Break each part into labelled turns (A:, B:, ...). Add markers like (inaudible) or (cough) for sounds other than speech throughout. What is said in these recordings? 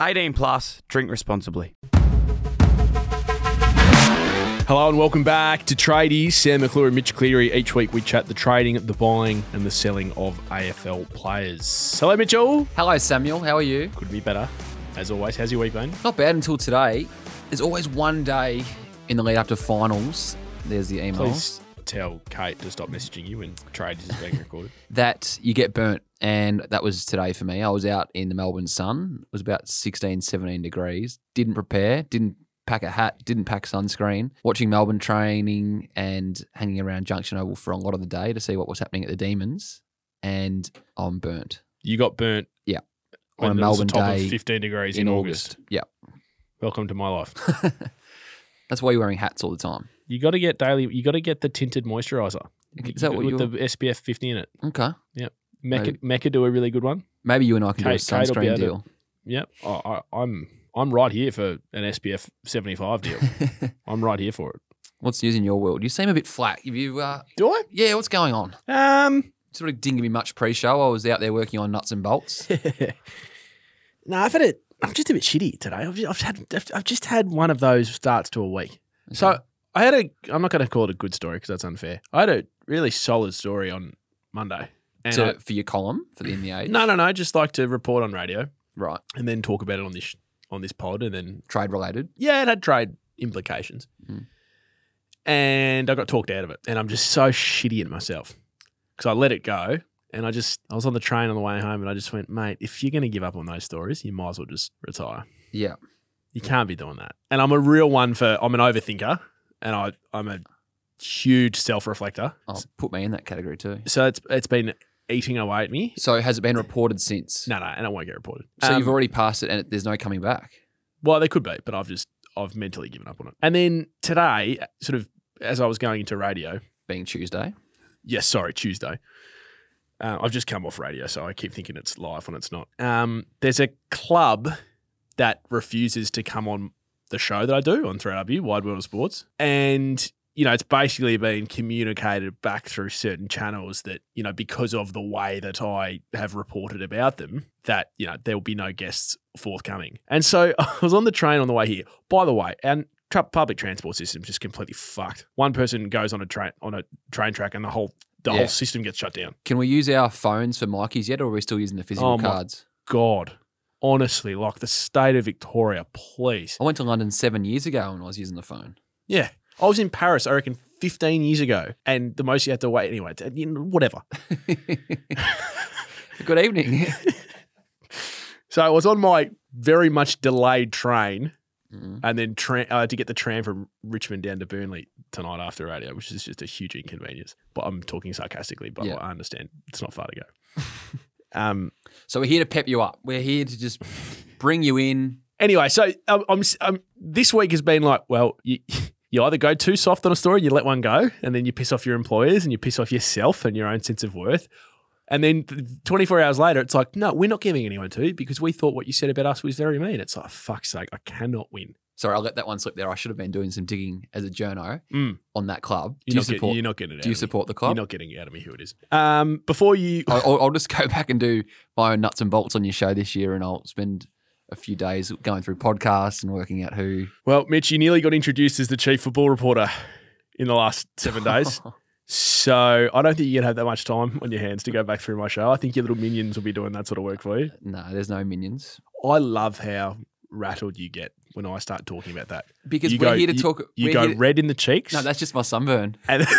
A: 18 plus, drink responsibly.
B: Hello and welcome back to Tradies. Sam McClure and Mitch Cleary. Each week we chat the trading, the buying, and the selling of AFL players. Hello, Mitchell.
C: Hello, Samuel. How are you?
B: Could be better, as always. How's your week been?
C: Not bad until today. There's always one day in the lead up to finals. There's the email
B: Please tell Kate to stop messaging you when Tradies is
C: (laughs)
B: being recorded.
C: that you get burnt. And that was today for me. I was out in the Melbourne sun. It was about 16, 17 degrees. Didn't prepare, didn't pack a hat, didn't pack sunscreen. Watching Melbourne training and hanging around Junction Oval for a lot of the day to see what was happening at the Demons. And I'm burnt
B: You got burnt when
C: on a
B: it was
C: Melbourne
B: a top
C: day
B: of 15 degrees in, August.
C: Yeah.
B: Welcome to my
C: (laughs)
B: life.
C: That's why you're wearing hats all the time.
B: you got to get daily. You got to get the tinted moisturizer.
C: Is that what
B: with
C: you're. Oh.
B: the SPF 50 in it?
C: okay.
B: Mecca,
C: Maybe.
B: Mecca do a really good one.
C: Maybe you and I can do a
B: Kate- Kate will be
C: sunscreen
B: able to-
C: deal.
B: Yep. I, I, I'm I'm right here for an SPF 75 (laughs) deal. I'm right here for it.
C: What's news in your world? You seem a bit flat. Have you, uh,
B: Do I?
C: yeah, what's going on?
B: Um,
C: Sort of didn't give me much pre-show. I was out there working on nuts
B: (laughs)
C: and bolts.
B: (laughs) no, I've had it. I'm just a bit shitty today. I've just, I've had I've- I've just had one of those starts to a week. So
C: Okay.
B: I had a. I'm not going to call it a good story because that's unfair. I had a really solid story on Monday. And
C: to,
B: I-
C: for your column for the in the age,
B: no, no, no. Just like to report on radio
C: right?
B: and then talk about it on this sh- on this pod, and then
C: Trade related.
B: yeah, it had trade implications.
C: Mm.
B: And I got talked out of it. And I'm just so shitty at myself because I let it go. And I just, I was on the train on the way home and I just went, mate, if you're going to give up on those stories, you might as well just retire.
C: Yeah,
B: You
C: Hmm.
B: can't be doing that. And I'm a real one for, I'm an overthinker and I, I'm a huge self reflector.
C: oh, put me in that category too.
B: So it's, it's been eating away at me.
C: So has it been reported since?
B: No, no, and it won't get reported.
C: So
B: Um,
C: you've already passed it, and it, there's no coming back.
B: Well, they could be, but I've just I've mentally given up on it. And then today, sort of as I was going into radio,
C: Being Tuesday,
B: yes, sorry, Tuesday. Uh, I've just come off radio, so I keep thinking it's live when it's not. Um, there's a club that refuses to come on the show that I do on 3RW, Wide World of Sports. And, you know, it's basically been communicated back through certain channels that, you know, because of the way that I have reported about them, that, you know, there will be no guests forthcoming. And so (laughs) I was on the train on the way here. By the way, and tra- public transport system's just completely fucked. One person goes on a train on a train track and the whole the
C: Yeah.
B: whole system gets shut down.
C: can we use our phones for Mikey's yet, or are we still using the physical
B: Oh my-
C: cards?
B: God. Honestly, like the state of Victoria, please.
C: I went to London seven years ago, and I was using the phone.
B: Yeah. I was in Paris, I reckon, 15 years ago, and the most you had to wait anyway, t- you know, whatever.
C: Good evening.
B: (laughs)
C: (laughs)
B: So I was on my very much delayed train
C: Mm.
B: and then tra- uh, to get the tram from Richmond down to Burnley tonight after radio, which is just a huge inconvenience. But I'm talking sarcastically, but
C: Yeah.
B: I understand it's not far to go. (laughs) um,
C: So we're here to pep you up. We're here to just bring you in.
B: anyway, so um, I'm, s- um, this week has been like, well, you, (laughs) you either go too soft on a story and you let one go, and then you piss off your employers and you piss off yourself and your own sense of worth. And then th- 24 hours later, it's like, no, we're not giving anyone to because we thought what you said about us was very mean. It's like, fuck's sake, I cannot win.
C: Sorry, I let that one slip there. I should have been doing some digging as a journo
B: Mm.
C: on that club.
B: You're,
C: Do you
B: not,
C: support?
B: getting, you're not getting it out
C: do you
B: of me.
C: support the
B: You're
C: club?
B: not getting it out of me who it is. Um, before you.
C: I- (laughs) I'll, I'll just go back and do my own nuts and bolts on your show this year, and I'll spend a few days going through podcasts and working out who.
B: Well, Mitch, you nearly got introduced as the chief football reporter in the last (laughs)
C: (laughs)
B: seven days. So I don't think you're gonna have that much time on your hands to go back through my show. I think your little minions will be doing that sort of work for you.
C: no, there's no minions
B: I love how rattled you get when I start talking about that.
C: because
B: You
C: we're
B: go-
C: here to talk.
B: You
C: we're
B: go
C: here to- (laughs)
B: red in the cheeks.
C: no, that's just my sunburn.
B: and (laughs)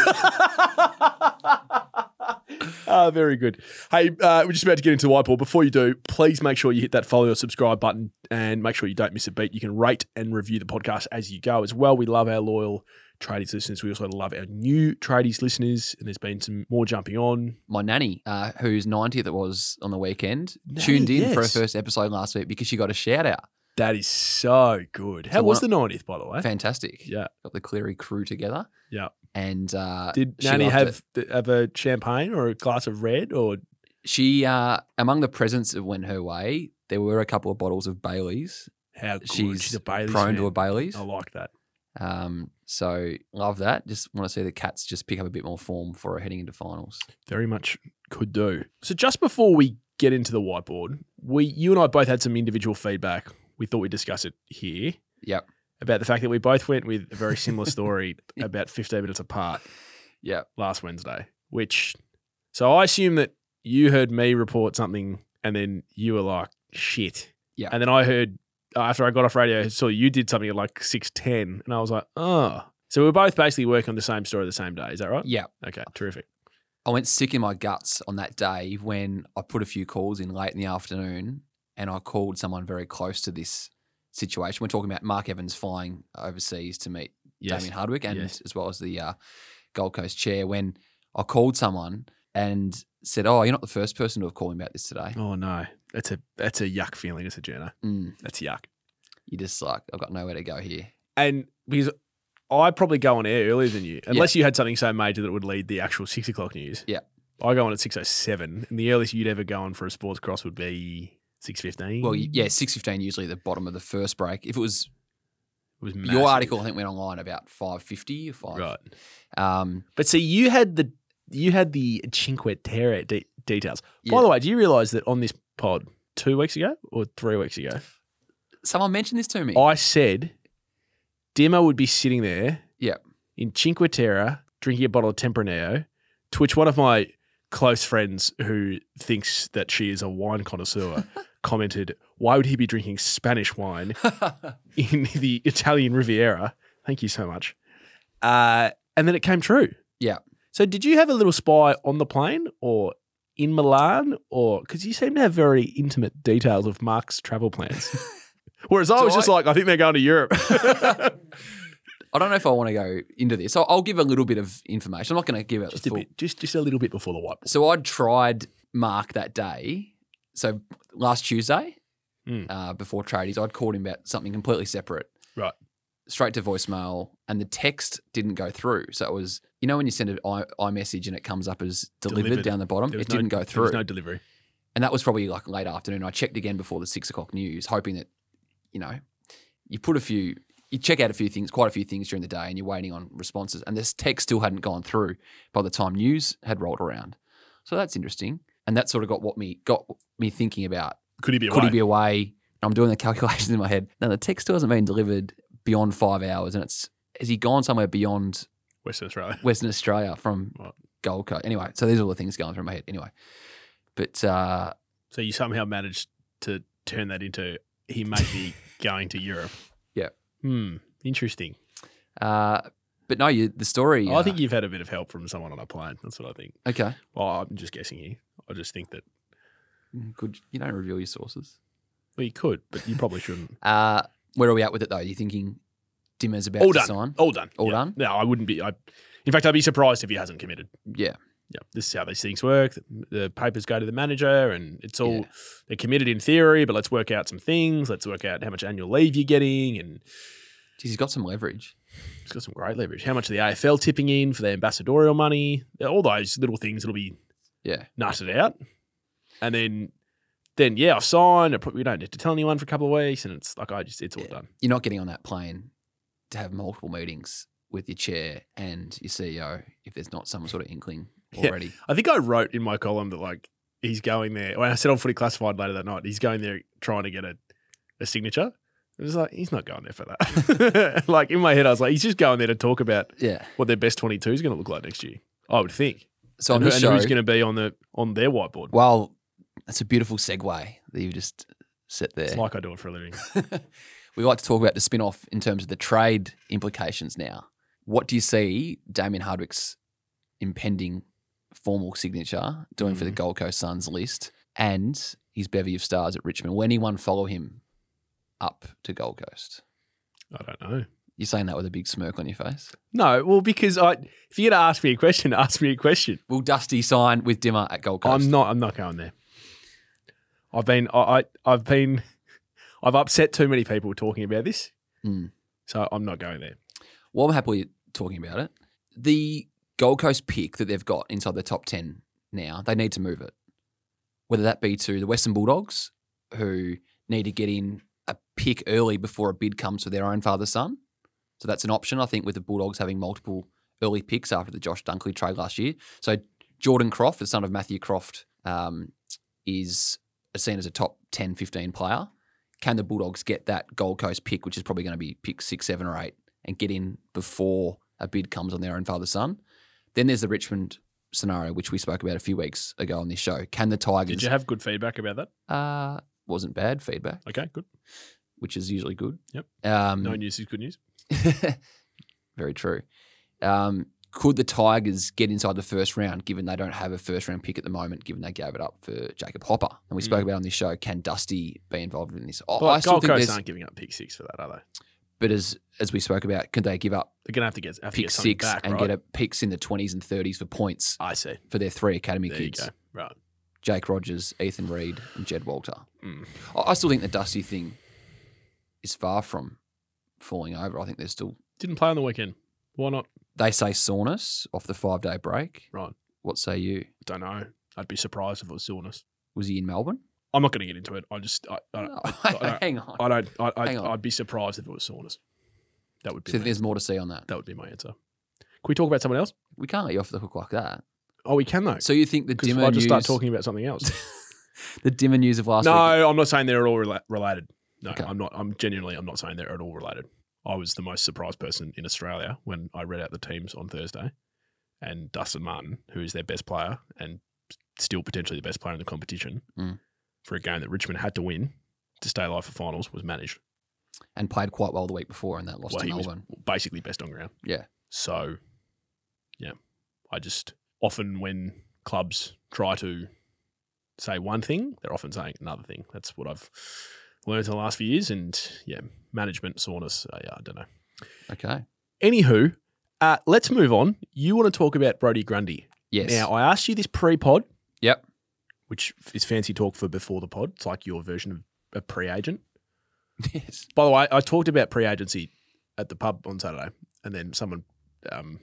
B: Ah, very good. Hey, uh, we're just about to get into the whiteboard. Before you do, please make sure you hit that follow or subscribe button and make sure you don't miss a beat. You can rate and review the podcast as you go as well. We love our loyal tradies listeners. We also love our new tradies listeners, and there's been some more jumping on.
C: My nanny, uh, whose 90th it was on the weekend,
B: Nanny,
C: tuned in for her
B: yes.
C: first episode last week because she got a shout out.
B: That is so good. How
C: So
B: was
C: one-
B: the 90th, by the way?
C: Fantastic.
B: Yeah.
C: Got the Cleary crew together.
B: Yeah.
C: And uh,
B: Did
C: she
B: Nanny
C: loved
B: have have a champagne or a glass of red or
C: she, uh, among the presents that went her way, there were a couple of bottles of Bailey's,
B: how good?
C: She's
B: She's a Bailey's
C: prone to
B: fan.
C: a
B: Oh.
C: Bailey's.
B: I like that.
C: Um, so love that. Just want to see the Cats just pick up a bit more form for heading into finals.
B: very much could do. So just before we get into the whiteboard, we you and I both had some individual feedback. We thought we'd discuss it here.
C: Yep.
B: About the fact that we both went with a very similar story (laughs) about 15 minutes apart
C: Yeah.
B: last Wednesday, which so I assume that you heard me report something and then you were like, shit.
C: Yeah.
B: And then I heard after I got off radio, I saw you did something at like 610 and I was like, oh. So we were both basically working on the same story the same day. Is that right?
C: Yeah.
B: Okay. Terrific.
C: I went sick in my guts on that day when I put a few calls in late in the afternoon and I called someone very close to this situation. We're talking about Mark Evans flying overseas to meet
B: Yes.
C: Damien Hardwick and
B: Yes.
C: as well as the uh, Gold Coast chair when I called someone and said, Oh, you're not the first person to have called me about this today.
B: Oh no, that's a that's a yuck feeling, isn't it, Jenna?
C: Mm,
B: That's yuck.
C: you're just like, I've got nowhere to go here.
B: And because I probably go on air earlier than you, unless you had something so major that it would lead the actual six o'clock news.
C: Yeah.
B: I go on at six oh seven, and the earliest you'd ever go on for a sports cross would be six fifteen.
C: Well, y- yeah, 6.15 usually the bottom of the first break. If it was
B: it was
C: your
B: massive.
C: article, I think went online about 5.50 or 5.
B: right?
C: Um,
B: But see, you had the you had the Cinque Terre de- details.
C: yeah.
B: By the way, do you realise that on this pod two weeks ago or three weeks ago,
C: Someone mentioned this to me.
B: I said Demo would be sitting there
C: Yep.
B: in Cinque Terre drinking a bottle of Tempranillo, to which one of my close friends who thinks that she is a wine connoisseur commented, Why would he be drinking Spanish wine in (laughs) the Italian Riviera? Thank you so much. Uh, and then it came true.
C: Yeah.
B: So did you have a little spy on the plane or in Milan or because you seem to have very intimate details of Mark's travel (laughs) plans? Whereas I
C: Do
B: was just
C: I-
B: like, I think they're going to (laughs) Europe.
C: (laughs) I don't know if I want to go into this. I'll, I'll give a little bit of information. I'm not going to give out
B: just
C: the
B: a
C: full.
B: bit, just just a little bit before the white.
C: So I tried Mark that day. So last Tuesday,
B: Mm.
C: uh, before tradies, I'd called him about something completely separate.
B: Right.
C: Straight to voicemail, and the text didn't go through. So it was, you know, when you send an i- iMessage and it comes up as delivered,
B: Delivered.
C: down the bottom, it
B: no,
C: didn't go
B: There
C: through.
B: was no delivery.
C: and that was probably like late afternoon. I checked again before the six o'clock news, hoping that, you know, you put a few, you check out a few things, quite a few things during the day, and you're waiting on responses. And this text still hadn't gone through by the time news had rolled around. So that's interesting. And that sort of got what me got me thinking about
B: Could he be?
C: could
B: away?
C: he be away? I'm doing the (laughs) calculations in my head. Now the text still hasn't been delivered beyond five hours, and it's has he gone somewhere beyond
B: Western Australia?
C: Western Australia from
B: Right.
C: Gold Coast? Anyway, so these are all the things going through my head. Anyway, but. uh
B: So you somehow managed to turn that into he may (laughs) be going to Europe.
C: Yeah.
B: Hmm. Interesting.
C: Uh, but no, you, the story.
B: Oh, I
C: uh,
B: think you've had a bit of help from someone on a plane. That's what I think.
C: okay.
B: Well, I'm just guessing here. I just think that
C: Good. You don't reveal your sources.
B: well, you could, but you probably shouldn't.
C: Uh, where are we at with it though? You thinking Dimmer's about
B: All
C: to
B: done.
C: sign?
B: (laughs) All done.
C: All
B: Yeah.
C: done?
B: No, I wouldn't be. I, in fact, I'd be surprised if he hasn't committed.
C: Yeah.
B: yeah, this is how these things work. The papers go to the manager, and it's all
C: Yeah.
B: they're committed in theory. But let's work out some things. Let's work out how much annual leave you're getting, and
C: Jeez, he's got some leverage.
B: it's got some great leverage. How much the AFL tipping in for their ambassadorial money? All those little things that'll be
C: Yeah.
B: nutted out, and then then yeah, I've signed. I probably don't need to tell anyone for a couple of weeks, and it's like I just it's all
C: Yeah.
B: done.
C: You're not getting on that plane to have multiple meetings with your chair and your CEO if there's not some sort of inkling
B: (laughs) Yeah.
C: already.
B: I think I wrote in my column that like he's going there. When I said on Footy Classified later that night, he's going there trying to get a, a signature. It was like he's not going there for that. (laughs) like in my head, I was like, he's just going there to talk about
C: Yeah.
B: what their best twenty two is going to look like next year. I would think.
C: So
B: and
C: on
B: who,
C: this
B: and
C: show,
B: who's going to be on the on their whiteboard?
C: well, that's a beautiful segue that you've just set there.
B: It's like I do it for a living.
C: (laughs) we like to talk about the spin off in terms of the trade implications now. What do you see Damien Hardwick's impending formal signature doing for the
B: Mhm.
C: Gold Coast Suns list and his bevy of stars at Richmond. Will anyone follow him up to Gold Coast?
B: I don't know.
C: You're saying that with a big smirk on your face.
B: No, well, because I, if you're gonna ask me a question, (laughs) ask me a question.
C: Will Dusty sign with Dimmer at Gold Coast?
B: I'm not. I'm not going there. I've been. I, I. I've been. (laughs) I've upset too many people talking about this,
C: Mm.
B: so I'm not going there.
C: Well, I'm happily talking about it. The Gold Coast pick that they've got inside the top 10 now, they need to move it. Whether that be to the Western Bulldogs, who need to get in a pick early before a bid comes for their own father son. So that's an option, I think, with the Bulldogs having multiple early picks after the Josh Dunkley trade last year. So Jordan Croft, the son of Matthew Croft, um, is seen as a top 10, 15 player. Can the Bulldogs get that Gold Coast pick, which is probably going to be pick six, seven, or eight? and get in before a bid comes on their own father son. Then there's the Richmond scenario, which we spoke about a few weeks ago on this show. Can the
B: Did
C: Tigers?
B: you have good feedback about that?
C: uh, wasn't bad feedback,
B: Okay, good.
C: which is usually good.
B: Yep.
C: Um, (laughs)
B: No news is good news.
C: very true. Um, could the Tigers get inside the first round, given they don't have a first round pick at the moment, given they gave it up for Jacob Hopper? And we spoke about on this show, can Dusty be involved in this? I-
B: Mm. Well,
C: I still
B: Gold
C: think
B: Coast
C: there's-
B: aren't giving up pick six for that, are they?
C: but as as we spoke about, can they give up
B: They're gonna have to get have to
C: pick
B: get something
C: six
B: back,
C: and
B: right?
C: get a picks in the twenties and thirties for points
B: I see.
C: for their three academy
B: There
C: kids:
B: you go. Right.
C: Jake Rogers, Ethan Reed, and Jed Walter.
B: Mm.
C: I, I still think the Dusty thing is far from falling over. I think there's still
B: Didn't play on the weekend. Why not?
C: they say soreness off the five day break.
B: Right.
C: What say you?
B: Don't know. I'd be surprised if it was soreness.
C: Was he in Melbourne?
B: I'm not going to get into it. I just, I, I, don't- I-
C: (laughs) Hang on.
B: I don't, I, I,
C: Hang on.
B: I'd be surprised if it was soreness. That would be
C: so
B: my-
C: there's more to say on that.
B: that would be my answer. Can we talk about someone else?
C: We can't let you off the hook like that.
B: Oh, we can though.
C: So you think the
B: Because
C: dimmer
B: I just
C: news,
B: start talking about something else.
C: (laughs) the dimmer news of last
B: no,
C: week?
B: I'm not saying they're all rela- related. No,
C: Okay.
B: I'm not. I'm genuinely, I'm not saying they're at all related. I was the most surprised person in Australia when I read out the teams on Thursday, and Dustin Martin, who is their best player and still potentially the best player in the competition,
C: Mm.
B: for a game that Richmond had to win to stay alive for finals, was managed.
C: and played quite well the week before, and that lost
B: Well,
C: to
B: he was-
C: Melbourne.
B: basically best on ground.
C: Yeah.
B: So, yeah, I just often when clubs try to say one thing, they're often saying another thing. That's what I've learned in the last few years. And yeah, management soreness. Uh, yeah, I don't know.
C: Okay.
B: Anywho, uh, let's move on. You want to talk about Brody Grundy?
C: Yes.
B: Now, I asked you this pre-pod.
C: Yep. (laughs)
B: Which is fancy talk for before the pod. It's like your version of a pre-agent.
C: yes.
B: By the way, I talked about pre-agency at the pub on Saturday, and then someone, um,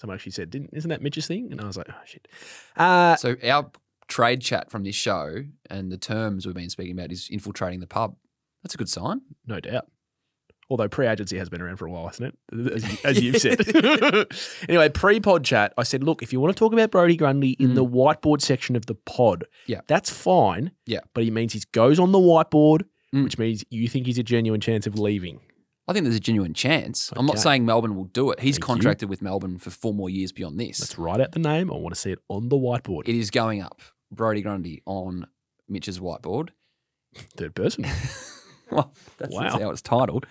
B: someone actually said, "Didn't isn't that Mitch's thing?" And I was like, "Oh shit." Uh,
C: So our trade chat from this show and the terms we've been speaking about is infiltrating the pub. That's a good sign.
B: no doubt. Although pre-agency has been around for a while, hasn't it? As, you- as you've said.
C: (laughs)
B: anyway, pre-pod chat. I said, "Look, if you want to talk about Brody Grundy in
C: Mm.
B: the whiteboard section of the pod,
C: Yeah.
B: that's fine.
C: Yeah.
B: but he means he goes on the whiteboard,
C: Mm.
B: which means you think he's a genuine chance of leaving.
C: I think there's a genuine chance. I'm not
B: Okay.
C: saying Melbourne will do it. He's
B: Thank you.
C: contracted with Melbourne for four more years beyond this.
B: Let's write out the name. I want to see it on the whiteboard.
C: It is going up. Brody Grundy on Mitch's whiteboard.
B: Third person.
C: (laughs) well, that's,
B: Wow.
C: that's how it's titled.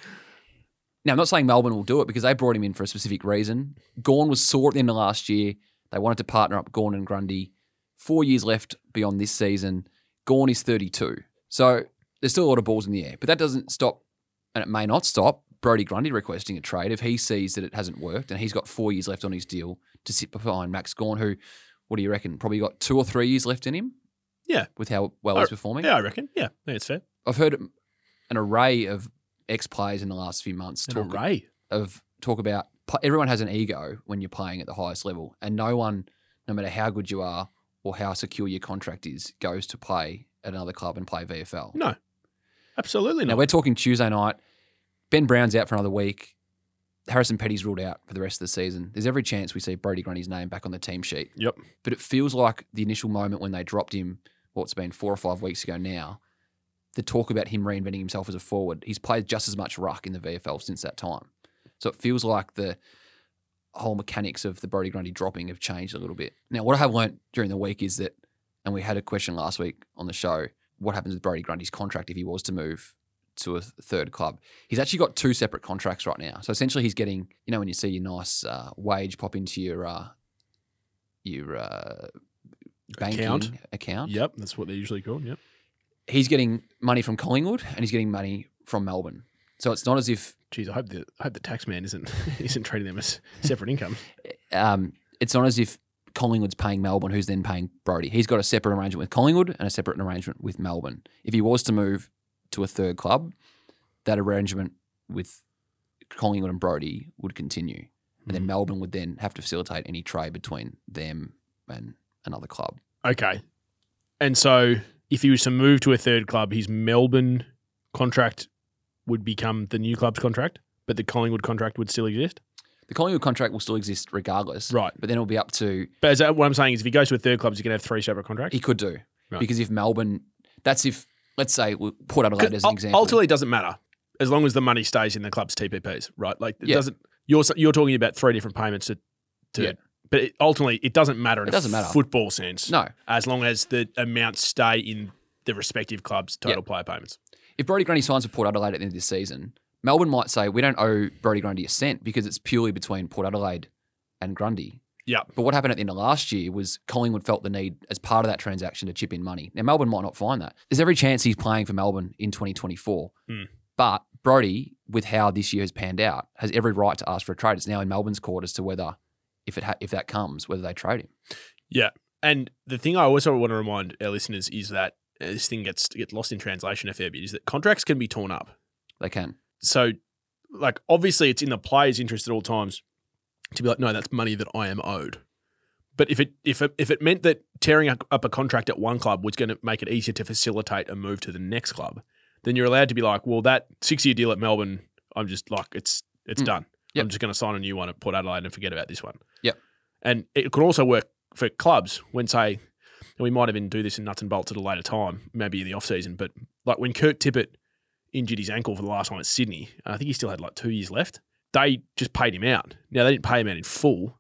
C: Now, I'm not saying Melbourne will do it because they brought him in for a specific reason. Gorn was sore at the end of last year. They wanted to partner up Gorn and Grundy. Four years left beyond this season. Gorn is 32. So there's still a lot of balls in the air, but that doesn't stop, and it may not stop, Brody Grundy requesting a trade if he sees that it hasn't worked and he's got four years left on his deal to sit behind Max Gorn, who, what do you reckon, probably got two or three years left in him?
B: Yeah.
C: With how well
B: Oh,
C: he's performing?
B: Yeah, I reckon. Yeah, I think it's fair.
C: I've heard an array of ex players in the last few months talk
B: array.
C: of talk about pl- everyone has an ego when you're playing at the highest level, and no one, no matter how good you are or how secure your contract is, goes to play at another club and play VFL.
B: No, Absolutely
C: Now
B: not.
C: we're talking Tuesday night. Ben Brown's out for another week. Harrison Petty's ruled out for the rest of the season. There's every chance we see Brody Grundy's name back on the team sheet.
B: Yep.
C: But it feels like the initial moment when they dropped him, what's been four or five weeks ago now, the talk about him reinventing himself as a forward, he's played just as much ruck in the VFL since that time. So it feels like the whole mechanics of the Brody Grundy dropping have changed a little bit. Now, what I have learnt during the week is that, and we had a question last week on the show, what happens with Brody Grundy's contract if he was to move to a third club? He's actually got two separate contracts right now. So essentially, he's getting, you know, when you see your nice uh, wage pop into your uh, your uh, banking
B: Account.
C: account.
B: Yep, that's what they're usually called. Yep.
C: He's getting money from Collingwood and he's getting money from Melbourne. So it's not as if
B: Geez, I hope the I hope the tax man isn't (laughs) isn't treating them as separate income.
C: um, it's not as if Collingwood's paying Melbourne, who's then paying Brody. He's got a separate arrangement with Collingwood and a separate arrangement with Melbourne. If he was to move to a third club, that arrangement with Collingwood and Brody would continue, and
B: Hmm.
C: then Melbourne would then have to facilitate any trade between them and another club.
B: Okay. And so if he was to move to a third club, his Melbourne contract would become the new club's contract, but the Collingwood contract would still exist.
C: The Collingwood contract will still exist regardless,
B: Right.
C: but then it'll be up to
B: But is that, what I'm saying is if he goes to a third club, he's going to have three separate contracts.
C: he could do
B: Right.
C: because if Melbourne, that's if let's say we- Port Adelaide as an
B: ul-
C: example.
B: Ultimately, it doesn't matter as long as the money stays in the club's TPPs, right? Like it
C: Yeah.
B: doesn't. You're s- you're talking about three different payments to, to
C: Yeah.
B: but it, ultimately it doesn't matter in a
C: It doesn't matter.
B: football sense.
C: no,
B: as long as the amounts stay in the respective club's total player payments.
C: if Brody Grundy signs with Port Adelaide at the end of this season, Melbourne might say we don't owe Brody Grundy a cent because it's purely between Port Adelaide and Grundy.
B: Yeah.
C: But what happened at the end of last year was Collingwood felt the need as part of that transaction to chip in money. Now Melbourne might not find that. There's every chance he's playing for Melbourne in 2024.
B: Hmm.
C: But Brody, with how this year has panned out, has every right to ask for a trade. It's now in Melbourne's court as to whether, if it ha- if that comes, whether they trade him.
B: And the thing I also want to remind our listeners is that uh, this thing gets gets lost in translation a fair bit is that contracts can be torn up.
C: They can.
B: So, like, obviously, it's in the player's interest at all times to be like, no, that's money that I am owed. But if it if it, if it meant that tearing up up a contract at one club was going to make it easier to facilitate a move to the next club, then you're allowed to be like, well, that six year deal at Melbourne, I'm just like, it's it's
C: Mm.
B: done.
C: Yep.
B: I'm just going to sign a new one at Port Adelaide and forget about this one.
C: Yep.
B: And it could also work for clubs when say, and we might even do this in nuts and bolts at a later time, maybe in the off season. But like when Kurt Tippett injured his ankle for the last time at Sydney, and I think he still had like two years left. They just paid him out. Now they didn't pay him out in full,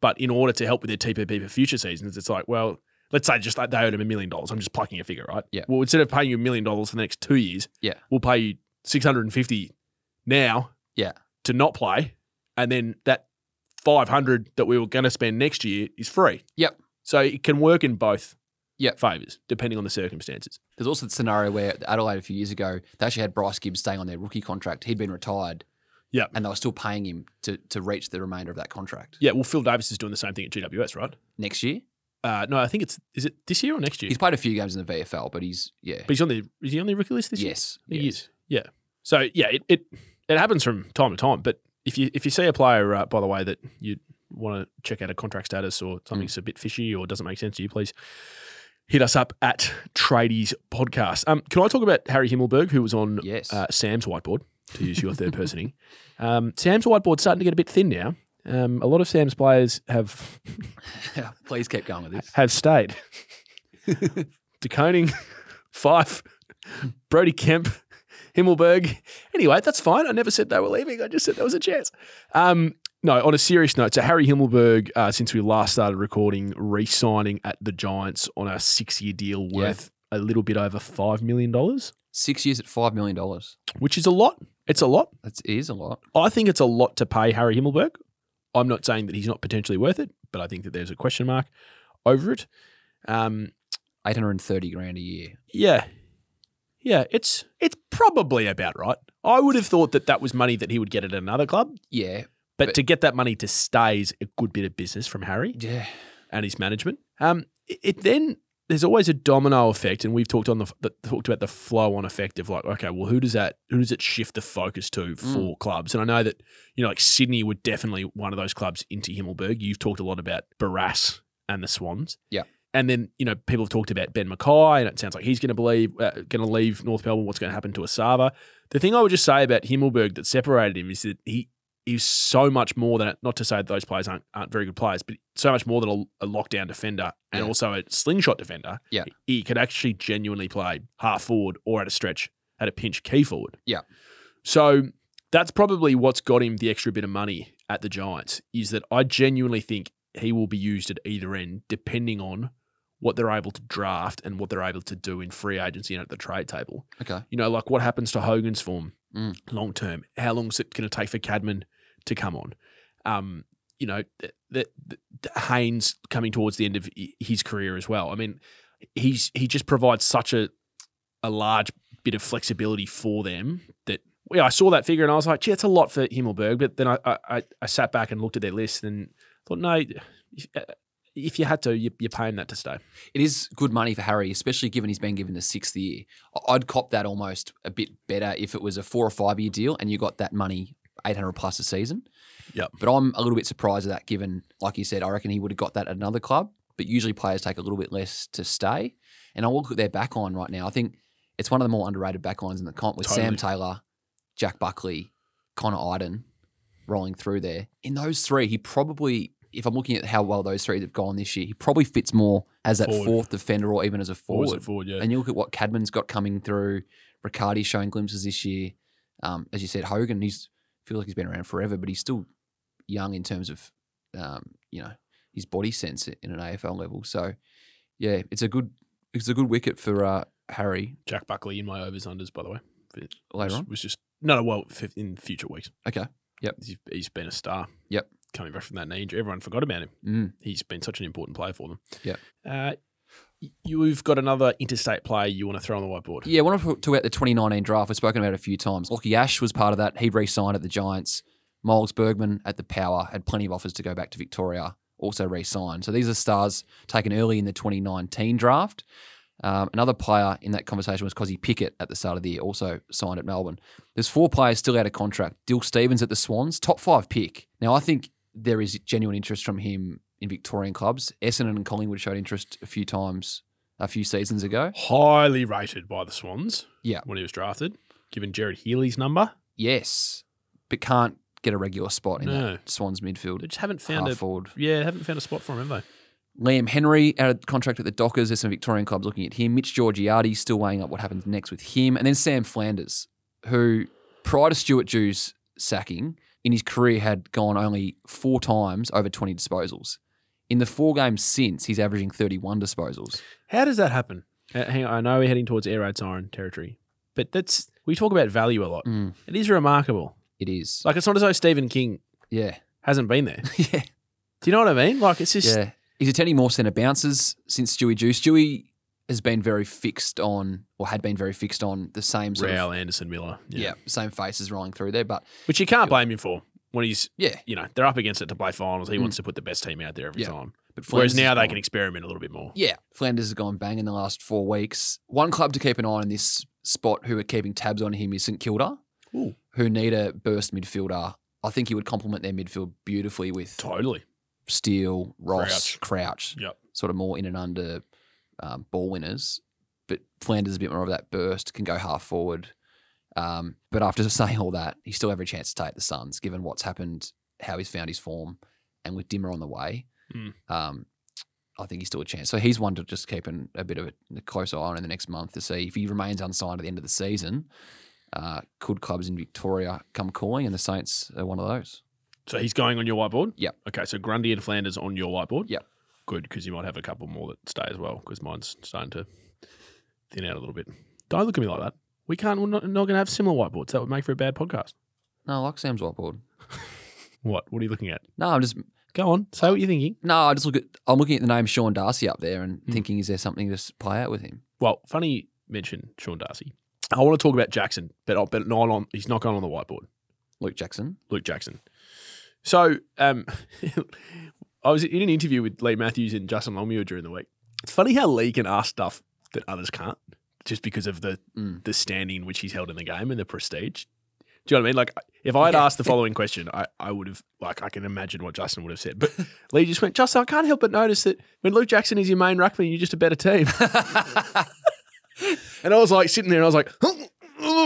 B: but in order to help with their TPP for future seasons, it's like, well, let's say just like they owed him a million dollars. I'm just plucking a figure, right?
C: Yeah.
B: Well, instead of paying you a million dollars for the next two years,
C: Yeah.
B: we'll pay you six hundred and fifty now.
C: Yeah.
B: To not play, and then that five hundred that we were going to spend next year is free.
C: Yep.
B: So it can work in both.
C: Yep.
B: Favors depending on the circumstances.
C: There's also the scenario where at Adelaide a few years ago, they actually had Bryce Gibbs staying on their rookie contract. He'd been retired.
B: Yeah.
C: And they were still paying him to, to reach the remainder of that contract.
B: Yeah. Well, Phil Davis is doing the same thing at GWS, right?
C: Next year,
B: Uh, no, I think it's is it this year or next year?
C: he's played a few games in the VFL, but he's, yeah.
B: but he's on the is he on the rookie list this year?
C: yes.
B: he
C: yes.
B: is. Yeah. So yeah, it, it it happens from time to time. But if you if you see a player, uh, by the way, that you want to check out a contract status or something's
C: Mm.
B: a bit fishy or doesn't make sense to you, please hit us up at Tradies Podcast. Um, can I talk about Harry Himmelberg, who was on
C: Yes.
B: uh, Sam's whiteboard, to use your third personing. Um, Sam's whiteboard's starting to get a bit thin now. Um, a lot of Sam's players have
C: (laughs) Please keep going with
B: (laughs)
C: this.
B: have stayed. DeConing, (laughs) Fife, Brody Kemp, Himmelberg. Anyway, that's fine. I never said they were leaving. I just said there was a chance. Um, no, on a serious note, so Harry Himmelberg, uh, since we last started recording, re signing at the Giants on a six year deal
C: Yeah.
B: worth a little bit over $5 million,
C: Six years at $5 million. That
B: which is a lot. It's a lot.
C: is a lot.
B: I think it's a lot to pay Harry Himmelberg. I'm not saying that he's not potentially worth it, but I think that there's a question mark over it. Um,
C: 830 grand a year.
B: Yeah. Yeah, it's it's probably about right. I would have thought that that was money that he would get at another club,
C: Yeah.
B: but,
C: But-
B: to get that money to stay is a good bit of business from Harry
C: Yeah.
B: and his management. Um, it, it then there's always a domino effect, and we've talked on the, the talked about the flow on effect of like, okay, well, who does that who does it shift the focus to for clubs? And I know that you know, like Sydney were definitely one of those clubs into Himmelberg. You've talked a lot about Barras and the Swans,
C: Yeah.
B: And then you know, people have talked about Ben Mackay, and it sounds like he's going to believe uh, going to leave North Melbourne. What's going to happen to Asava? The thing I would just say about Himmelberg that separated him is that he is so much more than not to say that those players aren't, aren't very good players, but so much more than a, a lockdown defender and
C: Yeah.
B: also a slingshot defender.
C: Yeah.
B: he could actually genuinely play half forward or at a stretch at a pinch key forward.
C: Yeah.
B: so that's probably what's got him the extra bit of money at the Giants. Is that I genuinely think he will be used at either end, depending on what they're able to draft and what they're able to do in free agency and at the trade table
C: Okay.
B: you know, like what happens to Hogan's form
C: Mm.
B: long term? How long is it going to take for Cadman to come on? Um, you know, th- th- th- Haynes coming towards the end of i- his career as well. I mean, he's he just provides such a a large bit of flexibility for them that yeah, I saw that figure and I was like, gee, that's a lot for Himmelberg. But then I I, I- I sat back and looked at their list and thought, no, if, uh, if you had to, you, you're paying that to stay.
C: It is good money for Harry, especially given he's been given the sixth year. I- I'd cop that almost a bit better if it was a four or five year deal and you got that money, 800 plus a season.
B: Yep.
C: But I'm a little bit surprised at that, given, like you said, I reckon he would have got that at another club, but usually players take a little bit less to stay. And I will look at their back line right now. I think it's one of the more underrated back lines in the comp with Sam
B: Totally.
C: Taylor, Jack Buckley, Connor Iden rolling through there. In those three, he probably, if I'm looking at how well those three have gone this year, he probably fits more as that
B: Forward.
C: fourth defender or even as a
B: Forward,
C: forward.
B: forward, yeah.
C: And you look at what Cadman's got coming through, Riccardi showing glimpses this year. Um, as you said, Hogan, he's feels like he's been around forever, but he's still young in terms of, um, you know, his body sense in an AFL level. So, yeah, it's a good it's a good wicket for uh, Harry
B: Jack Buckley in my overs unders, by the way.
C: later
B: was,
C: on.
B: was just no, no, well, fif- in future weeks.
C: Okay. Yep.
B: He's, he's been a star.
C: Yep.
B: Coming back from that knee injury, everyone forgot about him.
C: Mm.
B: He's been such an important player for them.
C: Yep.
B: Uh, y- you've got another interstate player you want to throw on the whiteboard.
C: Yeah, I want to talk about the 2019 draft. We've spoken about it a few times. Lockie Ash was part of that. He re-signed at the Giants. Miles Bergman at the Power had plenty of offers to go back to Victoria, also re-signed. So these are stars taken early in the 2019 draft. Um, another player in that conversation was Cozzy Pickett at the start of the year, also signed at Melbourne. There's four players still out of contract. Dill Stevens at the Swans, top five pick. Now, I think there is genuine interest from him in Victorian clubs. Essendon and Collingwood showed interest a few times a few seasons ago.
B: Highly rated by the Swans.
C: Yeah.
B: When he was drafted, given Jared Healy's number,
C: Yes, but can't get a regular spot in
B: No.
C: that Swans
B: they
C: midfield,
B: just haven't found
C: half
B: a
C: forward.
B: yeah, haven't found a spot for him, have they?
C: Liam Henry out of contract at the Dockers. There's some Victorian clubs looking at him. Mitch Georgiades still weighing up what happens next with him, and then Sam Flanders, who prior to Stuart Jew's sacking in his career had gone only four times over 20 disposals. In the four games since, he's averaging 31 disposals.
B: How does that happen? Uh, hang on, I know we're heading towards air raid siren territory, but that's we talk about value a lot.
C: Mm,
B: It is remarkable.
C: it is,
B: Like it's not as though Stephen King
C: yeah, (laughs)
B: hasn't been there.
C: yeah.
B: Do you know what I mean? Like it's just
C: Yeah. He's attending more centre bounces since Stewie Jew. Stewie has been very fixed on, or had been very fixed on, the same sort
B: Rail
C: of
B: Anderson Miller.
C: yeah. same faces rolling through there. But
B: Which you can't blame him for when he's,
C: yeah,
B: you know, they're up against it to play finals. He
C: Mm.
B: wants to put the best team out there every
C: Yeah.
B: time.
C: but Flanders
B: Whereas
C: has
B: now they
C: gone-
B: can experiment a little bit more.
C: Yeah, Flanders has gone bang in the last four weeks. One club to keep an eye on in this spot who are keeping tabs on him is St Kilda,
B: Ooh.
C: who need a burst midfielder. I think he would complement their midfield beautifully with
B: Totally.
C: Steele, Ross, Crouch,
B: Yep.
C: sort of more in and under um, ball winners. But Flanders is a bit more of that burst, can go half forward. Um, but after (laughs) saying all that, he still have a chance to take the Suns, given what's happened, how he's found his form, and with Dimmer on the way,
B: Mm.
C: um, I think he's still a chance. So he's one to just keep an, a bit of a, a close eye on in the next month to see if he remains unsigned at the end of the season. Uh, could clubs in Victoria come calling, and the Saints are one of those.
B: So he's going on your whiteboard?
C: Yep.
B: Okay. So Grundy and Flanders on your whiteboard?
C: Yep.
B: Good, because you might have a couple more that stay as well, because mine's starting to thin out a little bit. Don't look at me like that. We can't, we're not, not going to have similar whiteboards. That would make for a bad podcast.
C: No, I like Sam's whiteboard.
B: What? What are you looking at?
C: No, I'm just
B: Go on. Say what you're thinking.
C: No, I just look at. I'm looking at the name Sean Darcy up there and
B: Hmm.
C: thinking, is there something to s- play out with him?
B: Well, funny you mention Sean Darcy. I want to talk about Jackson, but I'll- but not on. He's not going on the whiteboard.
C: Luke Jackson.
B: Luke Jackson. So, um, (laughs) I was in an interview with Lee Matthews and Justin Longmuir during the week. It's funny how Lee can ask stuff that others can't, just because of the
C: Mm.
B: the standing which he's held in the game and the prestige. Do you know what I mean? Like, if I had
C: Yeah.
B: asked the
C: (laughs)
B: following question, I, I would have, like, I can imagine what Justin would have said. But (laughs) Lee just went, Justin, I can't help but notice that when Luke Jackson is your main ruckman, you're just a better
C: (laughs)
B: team. And I was like sitting there and I was like, (laughs)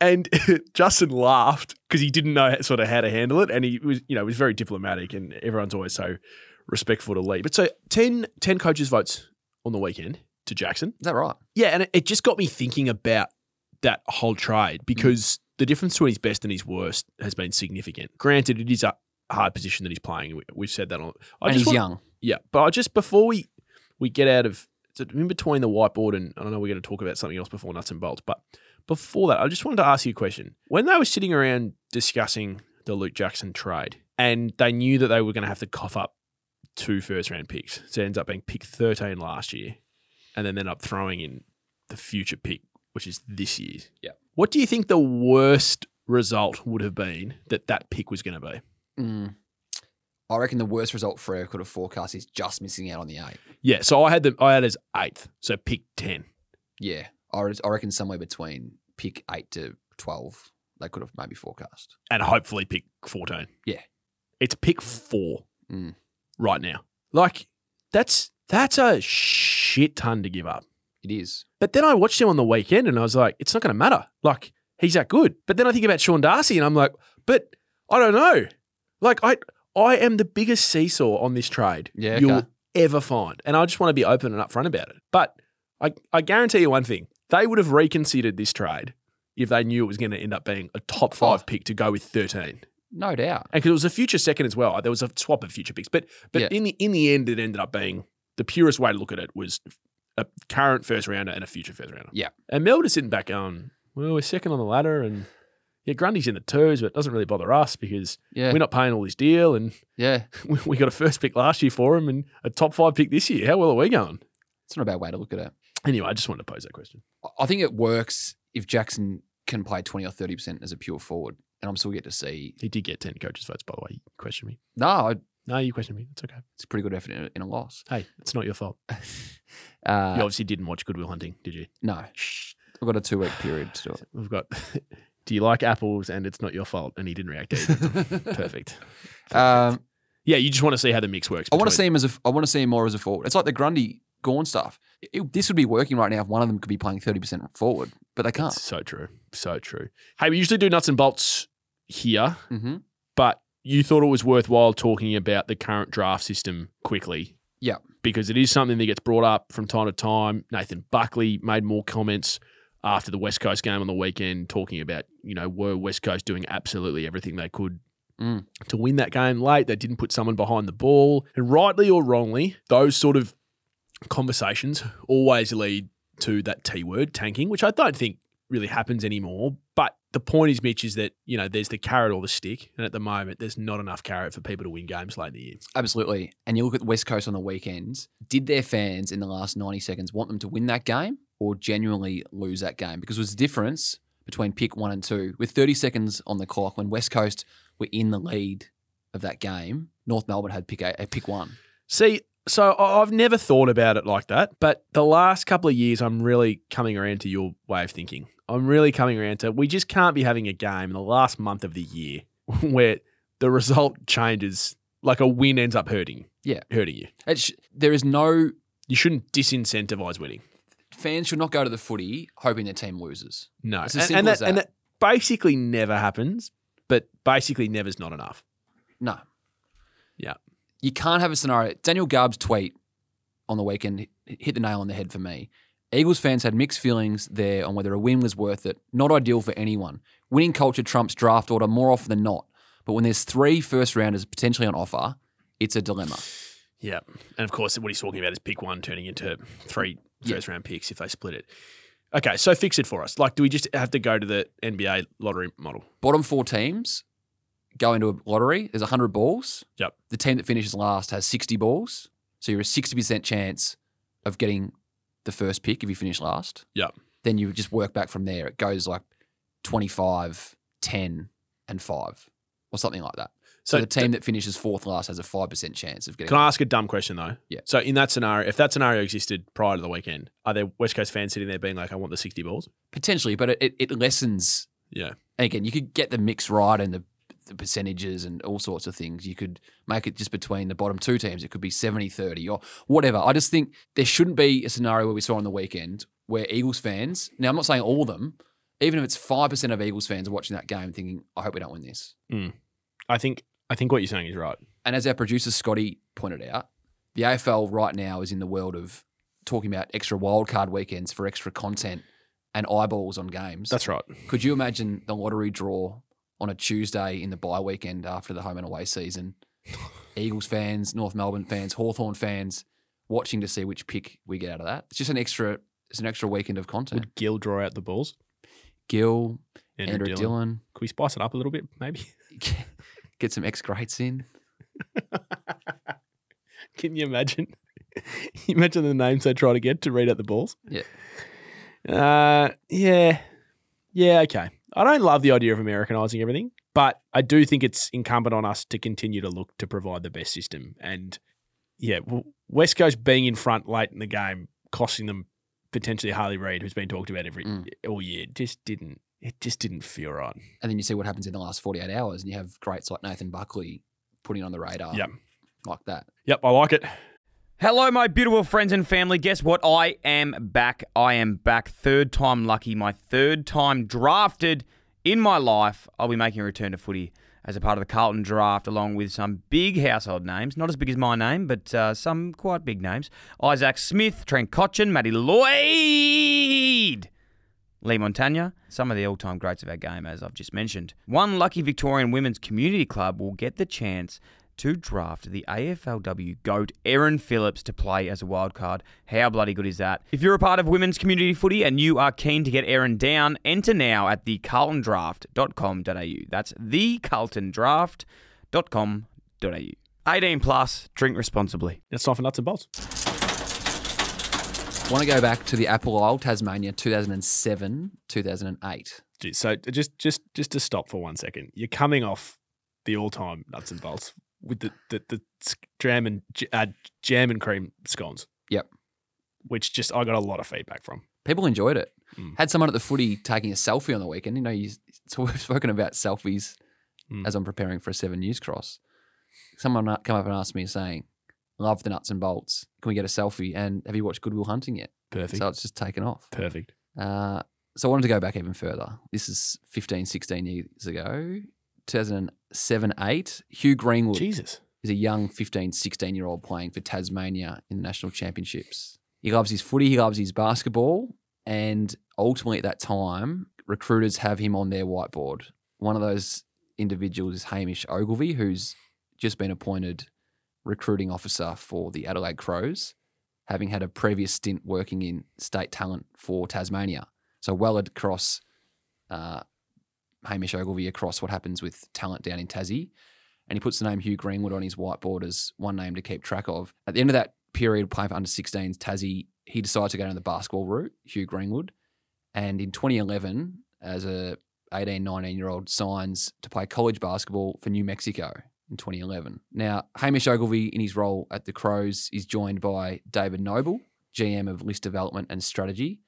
B: and (laughs) Justin laughed because he didn't know sort of how to handle it. And he was, you know, was very diplomatic and everyone's always so respectful to Lee. But so 10, 10 coaches votes on the weekend to Jackson.
C: Is that right?
B: Yeah. And it, it just got me thinking about that whole
C: Mm.
B: trade because the difference between his best and his worst has been significant. Granted, it is a hard position that he's playing. We- We've said that on. I
C: and
B: just
C: he's
B: want-
C: young.
B: yeah, but I just before we we get out of so in between the whiteboard and I know we're going to talk about something else before nuts and bolts, but before that, I just wanted to ask you a question. When they were sitting around discussing the Luke Jackson trade, and they knew that they were going to have to cough up two first round picks. So it ends up being pick 13 last year, and then they end up throwing in the future pick, which is this year's.
C: Yeah.
B: What do you think the worst result would have been that that pick was going to be?
C: Mm. I reckon the worst result Freo could have forecast is just missing out on the eight.
B: Yeah. So I had them. I had as eighth. So pick 10.
C: Yeah, I, re- I reckon somewhere between pick eight to twelve, they could have maybe forecast.
B: and hopefully pick 14.
C: Yeah.
B: It's pick four
C: Mm.
B: right now. Like, that's that's a shit ton to give up.
C: It is.
B: But then I watched him on the weekend and I was like, it's not going to matter. Like, he's that good. But then I think about Sean Darcy and I'm like, but I don't know. Like, I I am the biggest seesaw on this trade
C: Yeah, okay.
B: you'll ever find. And I just want to be open and upfront about it. But I, I guarantee you one thing they would have reconsidered this trade if they knew it was going to end up being a top five
C: Oh.
B: pick to go with 13
C: No doubt.
B: and because it was a future second as well. There was a swap of future picks, but but
C: Yeah.
B: in the in the end, it ended up being the purest way to look at it was a current first rounder and a future first rounder.
C: Yeah.
B: and Mel just sitting back going, well, we're second on the ladder, and yeah, Grundy's in the twos, but it doesn't really bother us because
C: Yeah.
B: we're not paying all this deal, and (laughs)
C: yeah.
B: we- we got a first pick last year for him and a top five pick this year. How well are we going?
C: It's not a bad way to look at it.
B: Anyway, I just wanted to pose that question.
C: I- I think it works if Jackson can play twenty or thirty percent as a pure forward, and I'm still get to see.
B: He did get ten coaches votes, by the way. You questioned me.
C: No, I-
B: No, you questioned me. It's okay.
C: it's a pretty good effort in a, in a loss. (laughs)
B: Hey, it's not your fault. you
C: Uh,
B: obviously didn't watch Goodwill Hunting, did you?
C: no, I've got a two week period to do it.
B: We've got. (laughs) Do you like apples? And it's not your fault. And he didn't react either.
C: (laughs)
B: Perfect.
C: Um,
B: Yeah, you just want to see how the mix works.
C: I want to
B: between-
C: see him as a. I want to see him more as a forward. It's like the Grundy Gorn stuff. It- this would be working right now if one of them could be playing thirty percent forward, but they
B: It's
C: can't.
B: so true. So true. Hey, we usually do nuts and bolts here,
C: Mm-hmm.
B: but you thought it was worthwhile talking about the current draft system quickly.
C: Yeah.
B: Because it is something that gets brought up from time to time. Nathan Buckley made more comments after the West Coast game on the weekend talking about, you know, were West Coast doing absolutely everything they could
C: Mm.
B: to win that game late. They didn't put someone behind the ball. And rightly or wrongly, those sort of conversations always lead to that T word, tanking, which I don't think really happens anymore. But the point is, Mitch, is that, you know, there's the carrot or the stick. And at the moment, there's not enough carrot for people to win games late in the year.
C: Absolutely. And you look at the West Coast on the weekends. Did their fans in the last 90 seconds want them to win that game or genuinely lose that game? Because it was the difference between pick one and two. With 30 seconds on the clock, when West Coast were in the lead of that game, North Melbourne had pick eight, uh, pick one.
B: See, so I- I've never thought about it like that, but the last couple of years, I'm really coming around to your way of thinking. I'm really coming around to we just can't be having a game in the last month of the year (laughs) where the result changes, like a win ends up hurting.
C: Yeah.
B: hurting you.
C: It sh- there is no
B: You shouldn't disincentivize winning.
C: fans should not go to the footy hoping their team loses.
B: No,
C: It's as
B: and, and
C: simple as
B: and
C: that.
B: that basically never happens. But basically, never's not enough.
C: No.
B: Yeah.
C: You can't have a scenario. Daniel Garb's tweet on the weekend hit the nail on the head for me. Eagles fans had mixed feelings there on whether a win was worth it. Not ideal for anyone. Winning culture trumps draft order more often than not. But when there's three first rounders potentially on offer, it's a dilemma.
B: Yeah. And of course, what he's talking about is pick one turning into three
C: Yeah.
B: first round picks if they split it. Okay, so fix it for us. Like, do we just have to go to the NBA lottery model?
C: Bottom four teams go into a lottery. There's 100 balls.
B: Yep.
C: The team that finishes last has 60 balls. So you're a 60% chance of getting the first pick if you finish last.
B: Yep.
C: Then you just work back from there. It goes like 25, 10, and 5 or something like that. So,
B: So,
C: the team that finishes fourth last has a 5% chance of getting
B: can I ask a dumb question though?
C: Yeah.
B: So in that scenario, if that scenario existed prior to the weekend, are there West Coast fans sitting there being like, "I want the sixty balls"?
C: potentially, but it, it, it lessens.
B: Yeah.
C: And again, you could get the mix right and the, the percentages and all sorts of things. You could make it just between the bottom two teams. It could be 70 30 or whatever. I just think there shouldn't be a scenario where we saw on the weekend where Eagles fans, now I'm not saying all of them, even if it's 5% of Eagles fans are watching that game thinking, I hope we don't win this.
B: I think I think what you're saying is right.
C: And as our producer Scotty pointed out, the AFL right now is in the world of talking about extra wildcard weekends for extra content and eyeballs on games.
B: That's right.
C: Could you imagine the lottery draw on a Tuesday in the bye weekend after the home and away season? Eagles fans, North Melbourne fans, Hawthorn fans watching to see which pick we get out of that. It's just an extra it's an extra weekend of content.
B: Would Gill draw out the balls?
C: Gill,
B: Andrew,
C: Andrew,
B: Dillon.
C: Dillon.
B: Could we spice it up a little bit, maybe?
C: (laughs) Get some ex greats in.
B: Can you imagine? (laughs) imagine the names they try to get to read out the balls.
C: Yeah.
B: Uh, yeah. Yeah, okay. I don't love the idea of Americanizing everything, but I do think it's incumbent on us to continue to look to provide the best system. And yeah, w- West Coast being in front late in the game, costing them potentially Harley Reid, who's been talked about every
C: Mm.
B: all year, just didn't. It just didn't feel right.
C: And then you see what happens in the last 48 hours, and you have greats like Nathan Buckley putting on the radar.
B: Yep.
C: Like that.
B: Yep, I like it.
A: Hello, my beautiful friends and family. Guess what? I am back. I am back. Third time lucky. My third time drafted in my life. I'll be making a return to footy as a part of the Carlton draft, along with some big household names. Not as big as my name, but uh, some quite big names. Isaac Smith, Trent Cotchin, Matty Lloyd. Lee Montagna, some of the all time greats of our game, as I've just mentioned. One lucky Victorian Women's Community Club will get the chance to draft the AFLW GOAT Erin Phillips to play as a wild card. How bloody good is that? If you're a part of women's community footy and you are keen to get Erin down, enter now at thecarltondraft.com.au. That's thecarltondraft.com.au. 18 plus, drink responsibly.
B: It's time for nuts and bolts.
C: Want to go back to the Apple Isle, Tasmania, 2007, 2008.
B: Gee, So uh, just just just to stop for one second, you're coming off the all-time nuts and bolts with the the, the s- jam and j- uh, jam and cream scones.
C: Yep.
B: Which just I got a lot of feedback from.
C: People enjoyed it.
B: Mm.
C: Had someone at the footy taking a selfie on the weekend. You know, you, it's, (laughs) we've spoken about selfies
B: Mm.
C: as I'm preparing for a seven news cross. Someone a- come up and asked me, saying, "Love the nuts and bolts. Can we get a selfie? And have you watched Goodwill Hunting yet?"
B: Perfect.
C: So it's just taken off.
B: Perfect.
C: Uh, so I wanted to go back even further. This is 15, 16 years ago, 2007, 8. Hugh Greenwood
B: Jesus.
C: is a young 15, 16 year old playing for Tasmania in the national championships. He loves his footy, he loves his basketball, and ultimately at that time, recruiters have him on their whiteboard. One of those individuals is Hamish Ogilvie, who's just been appointed recruiting officer for the Adelaide Crows, having had a previous stint working in state talent for Tasmania. So well across uh, Hamish Ogilvie across what happens with talent down in Tassie and he puts the name Hugh Greenwood on his whiteboard as one name to keep track of. At the end of that period, playing for under 16s, Tassie, he decided to go down the basketball route, Hugh Greenwood. And in 2011, as a 18, 19 year old, signs to play college basketball for New Mexico in 2011. Now, Hamish Ogilvie, in his role at the Crows, is joined by David Noble, GM of List Development and Strategy.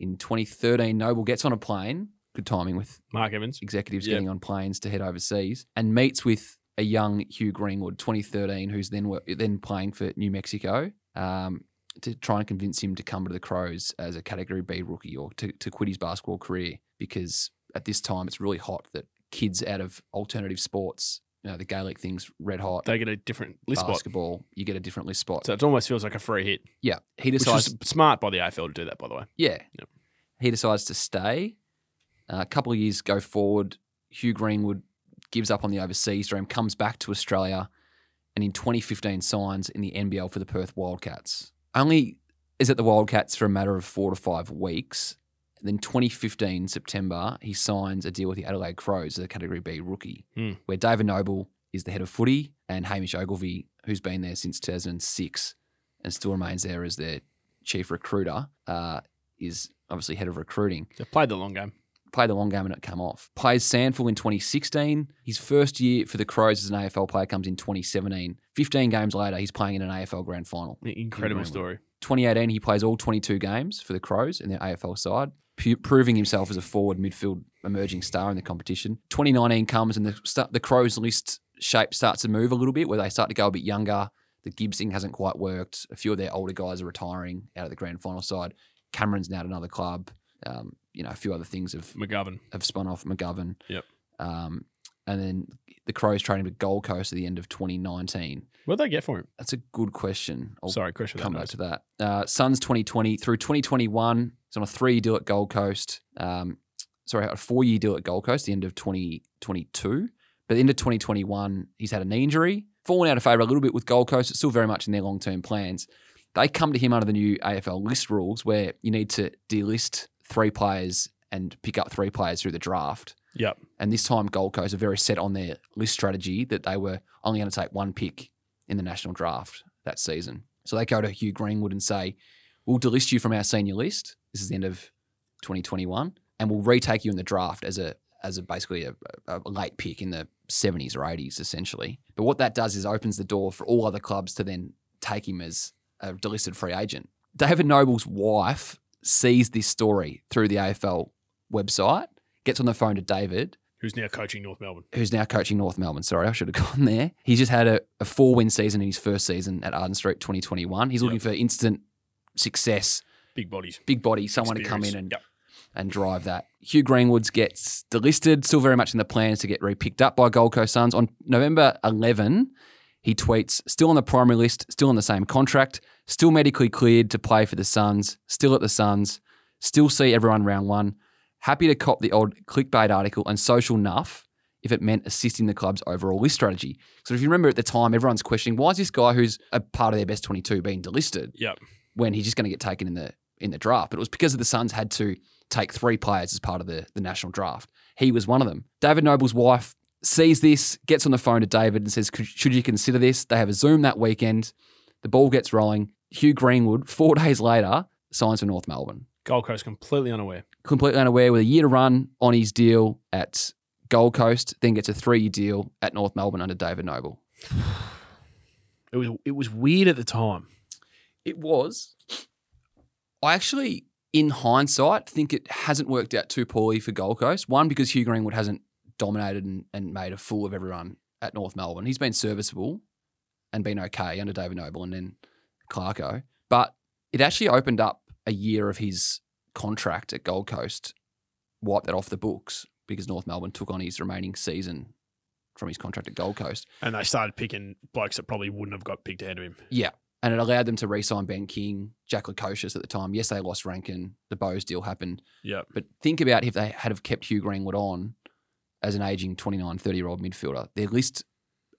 C: In 2013, Noble gets on a plane. Good timing with
B: Mark Evans.
C: executives
B: Yep.
C: getting on planes to head overseas and meets with a young Hugh Greenwood, 2013, who's then wo- then playing for New Mexico um, to try and convince him to come to the Crows as a Category B rookie or to, to quit his basketball career because at this time it's really hot that kids out of alternative sports, you know, the Gaelic thing's red hot.
B: They get a different list spot.
C: basketball, you get a different list spot.
B: So it almost feels like a free hit.
C: yeah, he
B: Which
C: decides
B: was smart by the AFL to do that, by the way.
C: Yeah.
B: Yep.
C: He decides to stay. Uh, a couple of years go forward, Hugh Greenwood gives up on the overseas dream, comes back to Australia, and in 2015 signs in the NBL for the Perth Wildcats. Only is at the Wildcats for a matter of four to five weeks. Then 2015 September, he signs a deal with the Adelaide Crows as a Category B rookie,
B: Hmm.
C: where David Noble is the head of footy and Hamish Ogilvie, who's been there since 2006 and still remains there as their chief recruiter, uh, is obviously head of recruiting
B: They played the long game.
C: played the long game and it come off. Plays Sandful in 2016. His first year for the Crows as an AFL player comes in 2017. 15 games later, he's playing in an AFL grand final.
B: Incredible story.
C: 2018, he plays all 22 games for the Crows in their AFL side, pu- proving himself as a forward midfield emerging star in the competition. 2019 comes and the, sta- the Crows list shape starts to move a little bit where they start to go a bit younger. The Gibbs thing hasn't quite worked. A few of their older guys are retiring out of the grand final side. Cameron's now at another club. Um, you know, a few other things have
B: McGovern.
C: have spun off McGovern.
B: Yep.
C: Um, and then the Crows trading with Gold Coast at the end of 2019.
B: What'd they get for him?
C: That's a good question. I'll
B: Sorry, Chris. with that
C: Oh, come back
B: noise.
C: to that. Uh, Suns 2020 through 2021. He's on a three-year deal at Gold Coast. Um, sorry, a four-year deal at Gold Coast. The end of 2022, but the end of 2021, he's had a knee injury, fallen out of favour a little bit with Gold Coast. It's still very much in their long-term plans. They come to him under the new AFL list rules, where you need to delist three players and pick up three players through the draft.
B: Yep.
C: And this time, Gold Coast are very set on their list strategy that they were only going to take one pick in the national draft that season. So they go to Hugh Greenwood and say, We'll delist you from our senior list. This is the end of 2021. And we'll retake you in the draft as a as a basically a, a a late pick in the 70s or 80s, essentially. But what that does is opens the door for all other clubs to then take him as a delisted free agent. David Noble's wife sees this story through the AFL website, gets on the phone to David,
B: Who's now coaching North Melbourne?
C: who's now coaching North Melbourne. Sorry, I should have (laughs) gone there. He's just had a, a four win season in his first season at Arden Street 2021. He's looking for instant success,
B: Big bodies.
C: big body, someone to come in
B: Experience.
C: and,
B: Yep.
C: and drive that. Hugh Greenwoods gets delisted, still very much in the plans to get re picked up by Gold Coast Suns. On November 11, he tweets, still on the primary list, still on the same contract, still medically cleared to play for the Suns, still at the Suns, still see everyone round one. Happy to cop the old clickbait article and social nuff if it meant assisting the club's overall list strategy. So if you remember at the time, everyone's questioning why is this guy who's a part of their best 22 being delisted?
B: Yep.
C: when he's just going to get taken in the in the draft. But it was because the Suns had to take three players as part of the, the national draft. He was one of them. David Noble's wife sees this, gets on the phone to David and says, "Could- "Should you consider this?" They have a Zoom that weekend. The ball gets rolling. Hugh Greenwood, four (laughs) days later, signs for North Melbourne.
B: Gold Coast completely unaware.
C: Completely unaware, with a year to run on his deal at Gold Coast, then gets a three-year deal at North Melbourne under David Noble.
B: It was it was weird at the time.
C: It was. I actually, in hindsight, think it hasn't worked out too poorly for Gold Coast. One, because Hugh Greenwood hasn't dominated and, and made a fool of everyone at North Melbourne. He's been serviceable and been okay under David Noble and then Clarko. But it actually opened up a year of his contract at Gold Coast, wiped that off the books because North Melbourne took on his remaining season from his contract at Gold Coast.
B: And they started picking blokes that probably wouldn't have got picked ahead of him.
C: and it allowed them to re-sign Ben King, Jack Lukosius at the time. Yes, they lost Rankin. The Bows deal happened.
B: Yep.
C: But think about if they had have kept Hugh Greenwood on as an aging 29, 30-year-old midfielder. Their list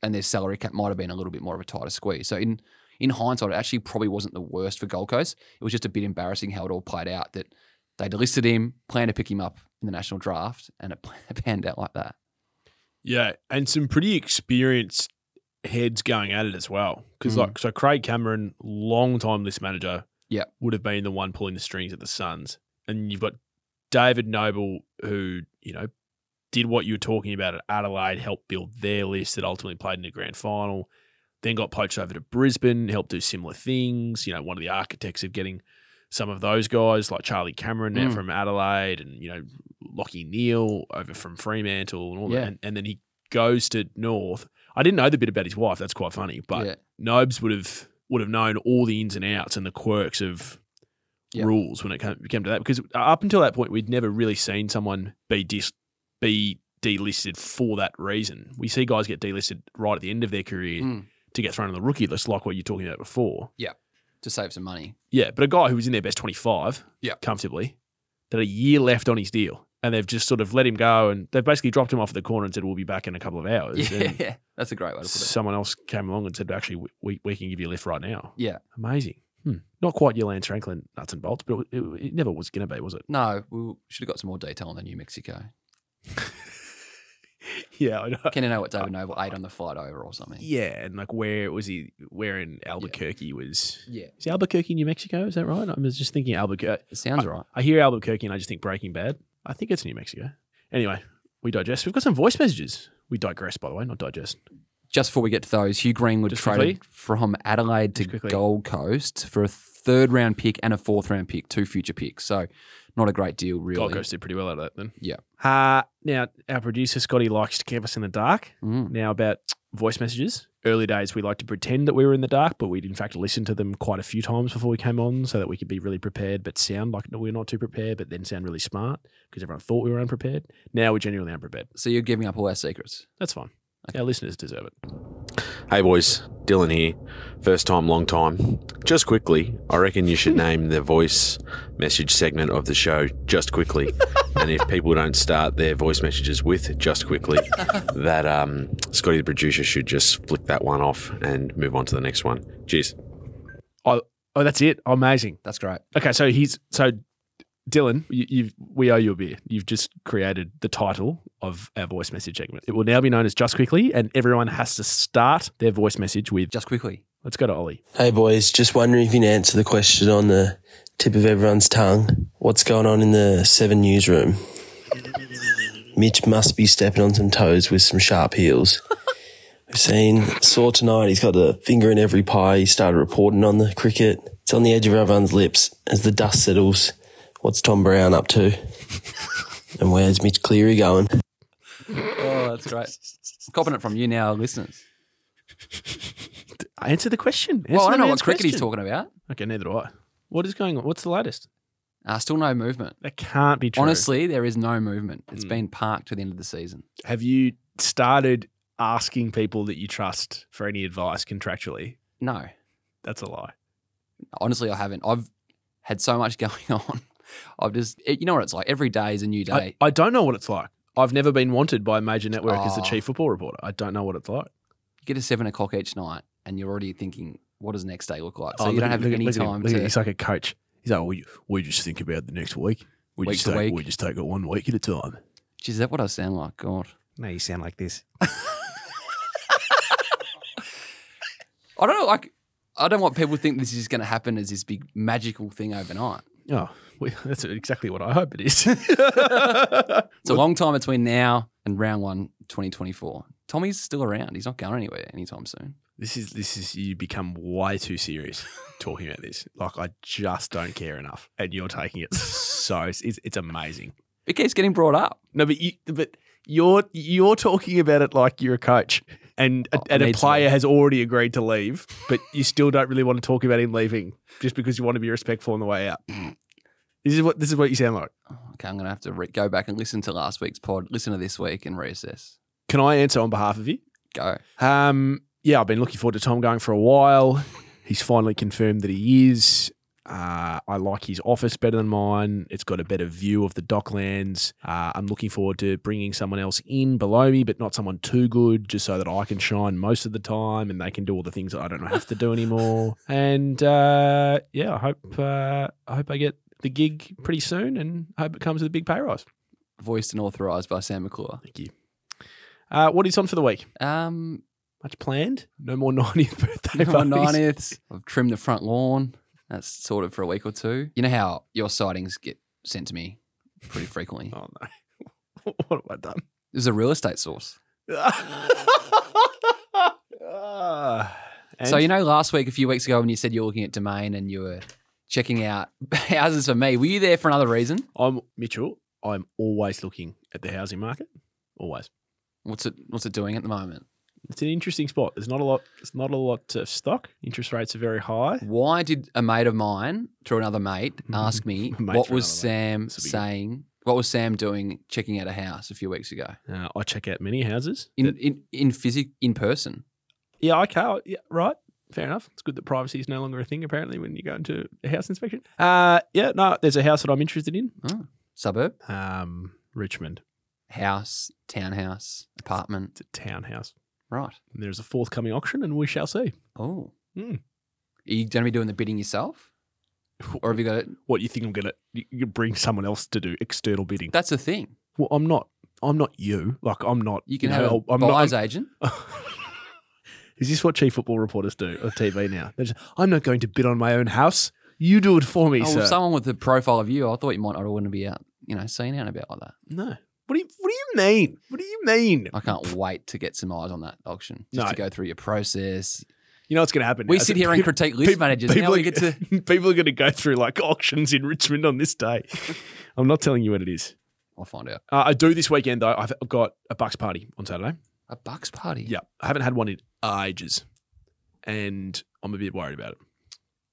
C: and their salary cap might have been a little bit more of a tighter squeeze. So in in hindsight, it actually probably wasn't the worst for Gold Coast. It was just a bit embarrassing how it all played out that they delisted him, planned to pick him up in the national draft, and it (laughs) panned out like that.
B: Yeah, and some pretty experienced heads going at it as well. Because
C: Mm.
B: like, so Craig Cameron, long time list manager,
C: Yeah.
B: would have been the one pulling the strings at the Suns, and you've got David Noble, who you know did what you were talking about at Adelaide, helped build their list that ultimately played in the grand final, then got poached over to Brisbane, helped do similar things. You know, one of the architects of getting some of those guys like Charlie Cameron now
C: Mm.
B: from Adelaide, and you know Lockie Neal over from Fremantle and all
C: Yeah.
B: that. And, and then he goes to North. I didn't know the bit about his wife. That's quite funny. But
C: yeah.
B: Nobes would have would have known all the ins and outs and the quirks of
C: Yeah.
B: rules when it came, came to that. Because up until that point, we'd never really seen someone be dis, be delisted for that reason. We see guys get delisted right at the end of their career
C: Mm.
B: to get thrown on the rookie list, like what you're talking about before.
C: to save some money.
B: Yeah, but a guy who was in their best 25
C: Yeah.
B: comfortably, that had a year left on his deal, and they've just sort of let him go, and they've basically dropped him off at the corner and said, we'll be back in a couple of hours. And
C: (laughs) Yeah, that's a great way to put it.
B: someone else came along and said, actually, we- we, we can give you a lift right now.
C: Yeah.
B: Amazing. Hmm. Not quite your Lance Franklin nuts and bolts, but it, it, it never was going to be,
C: (laughs)
B: was it?
C: No, we should have got some more detail on the New Mexico.
B: Yeah, I know.
C: Can you know what David Noble ate on the flight over or something?
B: (laughs) Yeah, and like where was he? Where in Albuquerque was?
C: Yeah,
B: Is it Albuquerque, New Mexico? Is that right? I was just thinking Albuquerque.
C: it sounds right.
B: I hear Albuquerque and I just think Breaking Bad. I think it's New Mexico. Anyway, we digest. We've got some voice messages. We digress, by the way, not digest.
C: Just before we get to those, Hugh Greenwood
B: Just
C: traded from Adelaide to
B: Just quickly.
C: Gold Coast for a third round pick and a fourth round pick, two future picks. So not a great deal, really.
B: Gold Coast did pretty well out of that then.
C: Yeah.
B: Uh, now, our producer, Scotty, likes to keep us in the dark.
C: Mm.
B: Now, about voice messages. Early days, we like to pretend that we were in the dark, but we'd in fact listen to them quite a few times before we came on so that we could be really prepared, but sound like we're not too prepared, but then sound really smart because everyone thought we were unprepared. Now we're genuinely unprepared.
C: So you're giving up all our secrets.
B: That's fine. Our listeners deserve it.
D: Hey boys, Dylan here. First time, long time. Just quickly, I reckon you
B: (laughs)
D: should name the voice message segment of the show just quickly. and if people don't start their voice messages with just
B: (laughs)
D: quickly, that um, Scotty the producer should just flick that one off and move on to the next one. Cheers.
B: Oh, that's it. Amazing.
C: That's great.
B: Okay, so he's so Dylan, you, you've, we owe you a beer. You've just created the title of our voice message segment. It will now be known as Just Quickly, and everyone has to start their voice message with.
C: Just quickly.
B: Let's go to Ollie.
E: Hey boys, just wondering if you can answer the question on the tip of everyone's tongue. What's going on in the Seven newsroom? Mitch must be stepping on some toes with some sharp heels. We've seen, saw tonight, he's got a finger in every pie. He started reporting on the cricket. It's on the edge of everyone's lips as the dust settles. What's Tom Brown up to? And where's Mitch Cleary going?
C: Oh, that's great. (laughs) Copping it from you now, listeners.
B: Answer the question.
C: Well, I
B: Answer
C: don't
B: the
C: know what
B: man's
C: cricket he's
B: question.
C: talking about.
B: Okay, neither do I. What is going on? What's the latest?
C: Uh, still no movement.
B: That can't be true.
C: Honestly, there is no movement. It's
B: Mm.
C: been parked to the end of the season.
B: have you started asking people that you trust for any advice contractually?
C: No,
B: That's a lie.
C: honestly, I haven't. I've had so much (laughs) going on. I've just, it, you know what it's like. Every day is a new
B: I,
C: day.
B: I don't know what it's like. I've never been wanted by a major network as the
C: Oh.
B: chief football reporter. I don't know what it's like.
C: you get a seven o'clock each night, and you're already thinking, what does next day look like? So
B: Oh,
C: you
B: look
C: don't
B: at-
C: have
B: look at-
C: any
B: look at him,
C: time
B: look at him.
C: to.
B: He's like a coach. He's like, we, we just think about the next week. We
C: Week
B: just
C: to
B: take,
C: week.
B: we just take it one week at a time.
C: Geez, is that what I sound like? God.
B: No, you sound like this.
C: I don't know. Like, I don't want people to think this is going to happen as this big magical thing overnight.
B: Oh, we, (laughs) that's exactly what I hope it (laughs) is.
C: It's a long time between now and round one, 2024. Tommy's still around. He's not going anywhere anytime soon.
B: this is this is you become way too serious talking about this. Like I just don't care enough, and you're taking it so it's, it's amazing.
C: It keeps getting brought up.
B: No, but you but you're you're talking about it like you're a coach. And a,
C: Oh, I
B: and a
C: need to
B: player
C: leave.
B: has already agreed to leave, but you still don't really want to talk about him leaving just because you want to be respectful on the way out. This is what this is what you sound like.
C: Oh, okay, I'm going to have to re- go back and listen to last week's pod, listen to this week, and reassess.
B: Can I answer on behalf of you?
C: Go.
B: Um, yeah, I've been looking forward to Tom going for a while. He's finally confirmed that he is. Uh, I like his office better than mine. It's got a better view of the docklands. Uh, I'm looking forward to bringing someone else in below me, but not someone too good, just so that I can shine most of the time and they can do all the things that I don't have to do (laughs) anymore. And uh, yeah, I hope uh, I hope I get the gig pretty soon, and I hope it comes with a big pay rise.
C: Voiced and authorised by Sam McClure.
B: Thank you. Uh, what is on for the week?
C: Um,
B: Much planned? No more (laughs) 90th birthday
C: Number
B: parties.
C: 90th. I've trimmed the front lawn. That's sorted for a week or two. You know how your sightings get sent to me pretty frequently.
B: (laughs) Oh no. what have I done?
C: It was a real estate source. So you know, last week, a few weeks ago, when you said you were looking at domain and you were checking out (laughs) houses for me, were you there for another reason?
B: I'm Mitchell. I'm always looking at the housing market. Always.
C: What's it What's it doing at the moment?
B: It's an interesting spot. There's not a lot. It's not a lot of stock. Interest rates are very high.
C: Why did a mate of mine, through
B: (laughs)
C: another mate, ask me
B: Mate
C: what
B: through
C: was
B: another mate.
C: Sam
B: This will be good.
C: saying? What was Sam doing checking out a house a few weeks ago
B: Uh, I check out many houses.
C: in
B: that-
C: in in physic in person?
B: yeah, okay. oh, Yeah, right. Fair enough. It's good that privacy is no longer a thing apparently when you go into a house inspection. Uh, yeah, no. There's a house that I'm interested in.
C: Suburb,
B: Um, Richmond.
C: house, townhouse,
B: It's
C: apartment,
B: a townhouse.
C: right?
B: And there's a forthcoming auction, and we shall see.
C: Oh,
B: Hmm.
C: are you going to be doing the bidding yourself, or have you got it?
B: what you think I'm gonna you you bring someone else to do external bidding.
C: That's the thing.
B: well, I'm not. I'm not you. Like I'm not.
C: You can
B: know,
C: have a
B: I'm (laughs)
C: buyer's
B: not.
C: agent.
B: Is this what chief football reporters do on TV now? They're just, I'm not going to bid on my own house. You do it for me,
C: Oh,
B: sir.
C: well, someone with the profile of you, I thought you might not want to be out, you know, seen out about like that.
B: no. What do you What do you mean? What do you mean?
C: I can't wait to get some eyes on that auction just
B: No.
C: to go through your process.
B: You know what's going to happen?
C: We
B: now, is
C: sit
B: that
C: here and
B: peop-
C: critique list
B: people-
C: managers. Now
B: people
C: we
B: are-
C: get
B: (laughs)
C: to.
B: people are going to go through like auctions in Richmond on this
C: (laughs)
B: day. I'm not telling you what it is.
C: I'll find out.
B: Uh, I do this weekend though. I've got a bucks party on Saturday.
C: A bucks party.
B: Yeah, I haven't had one in ages, and I'm a bit worried about it.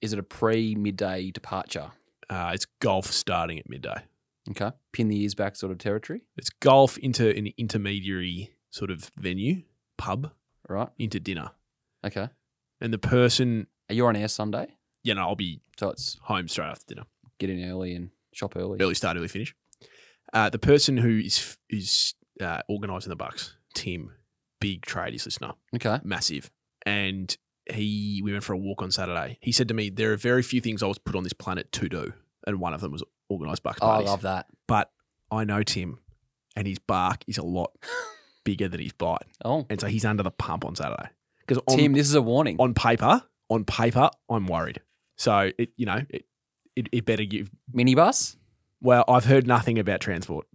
C: Is it a pre midday departure?
B: Uh, it's golf starting at midday.
C: Okay. Pin the ears back sort of territory.
B: It's golf into an intermediary sort of venue, pub
C: Right.
B: into dinner,
C: Okay. Are
B: and the person,
C: you on air Sunday?
B: you know, I'll be
C: So it's
B: home straight after dinner.
C: get in early and shop early.
B: Early start, early finish. Uh, the person who is is uh, organising the bucks, Tim, big tradies listener.
C: Okay.
B: massive. And he, we went for a walk on Saturday. He said to me, "There are very few things I was put on this planet to do, and one of them was organised bucks
C: Oh, I
B: parties.
C: love that.
B: but I know Tim, and his bark is a lot bigger than his bite,
C: Oh,
B: and so he's under the pump on Saturday. Because
C: Tim, this is a warning.
B: on paper, on paper, I'm worried. So it, you know, it, it, it better give.
C: Minibus.
B: Well, I've heard nothing about transport,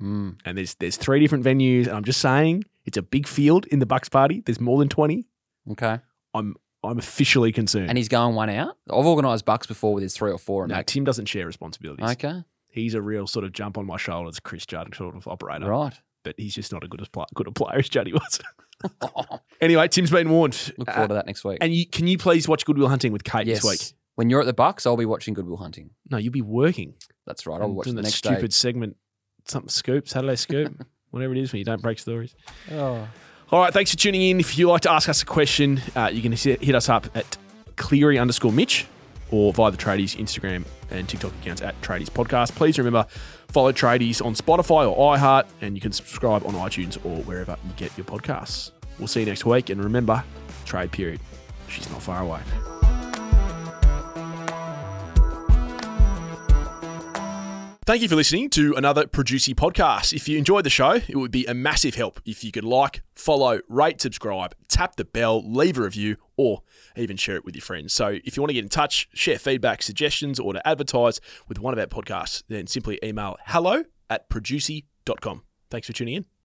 C: Mm.
B: and there's there's three different venues, and I'm just saying it's a big field in the Bucks party. There's more than twenty.
C: Okay.
B: I'm officially concerned.
C: And he's going one out. I've organised bucks before with his three or four. And
B: no,
C: that.
B: Tim doesn't share responsibilities.
C: Okay.
B: He's a real sort of jump on my shoulders, Chris Judd sort of operator,
C: Right.
B: but he's just not a good as pl- good a player (laughs) as Juddy was. anyway, Tim's been warned.
C: Look
B: Uh,
C: forward to that next week.
B: and you, can you please watch Goodwill Hunting with Kate
C: yes.
B: this week?
C: When you're at the Bucks, I'll be watching Goodwill Hunting.
B: No, you'll be working.
C: That's right. I'll
B: and
C: watch
B: doing
C: the
B: that
C: next
B: stupid
C: day.
B: segment, something scoop, Saturday
C: (laughs)
B: scoop, whatever it is when you don't break stories.
C: Oh.
B: All right, thanks for tuning in. If you like to ask us a question, uh, you can hit hit us up at Cleary underscore Mitch or via the Tradies Instagram and TikTok accounts at Tradies Podcast. Please remember, follow Tradies on Spotify or iHeart, and you can subscribe on iTunes or wherever you get your podcasts. We'll see you next week, and remember, trade period. She's not far away. Thank you for listening to another Producy podcast. If you enjoyed the show, it would be a massive help if you could like, follow, rate, subscribe, tap the bell, leave a review, or even share it with your friends. So if you want to get in touch, share feedback, suggestions, or to advertise with one of our podcasts, then simply email hello at producy.com. Thanks for tuning in.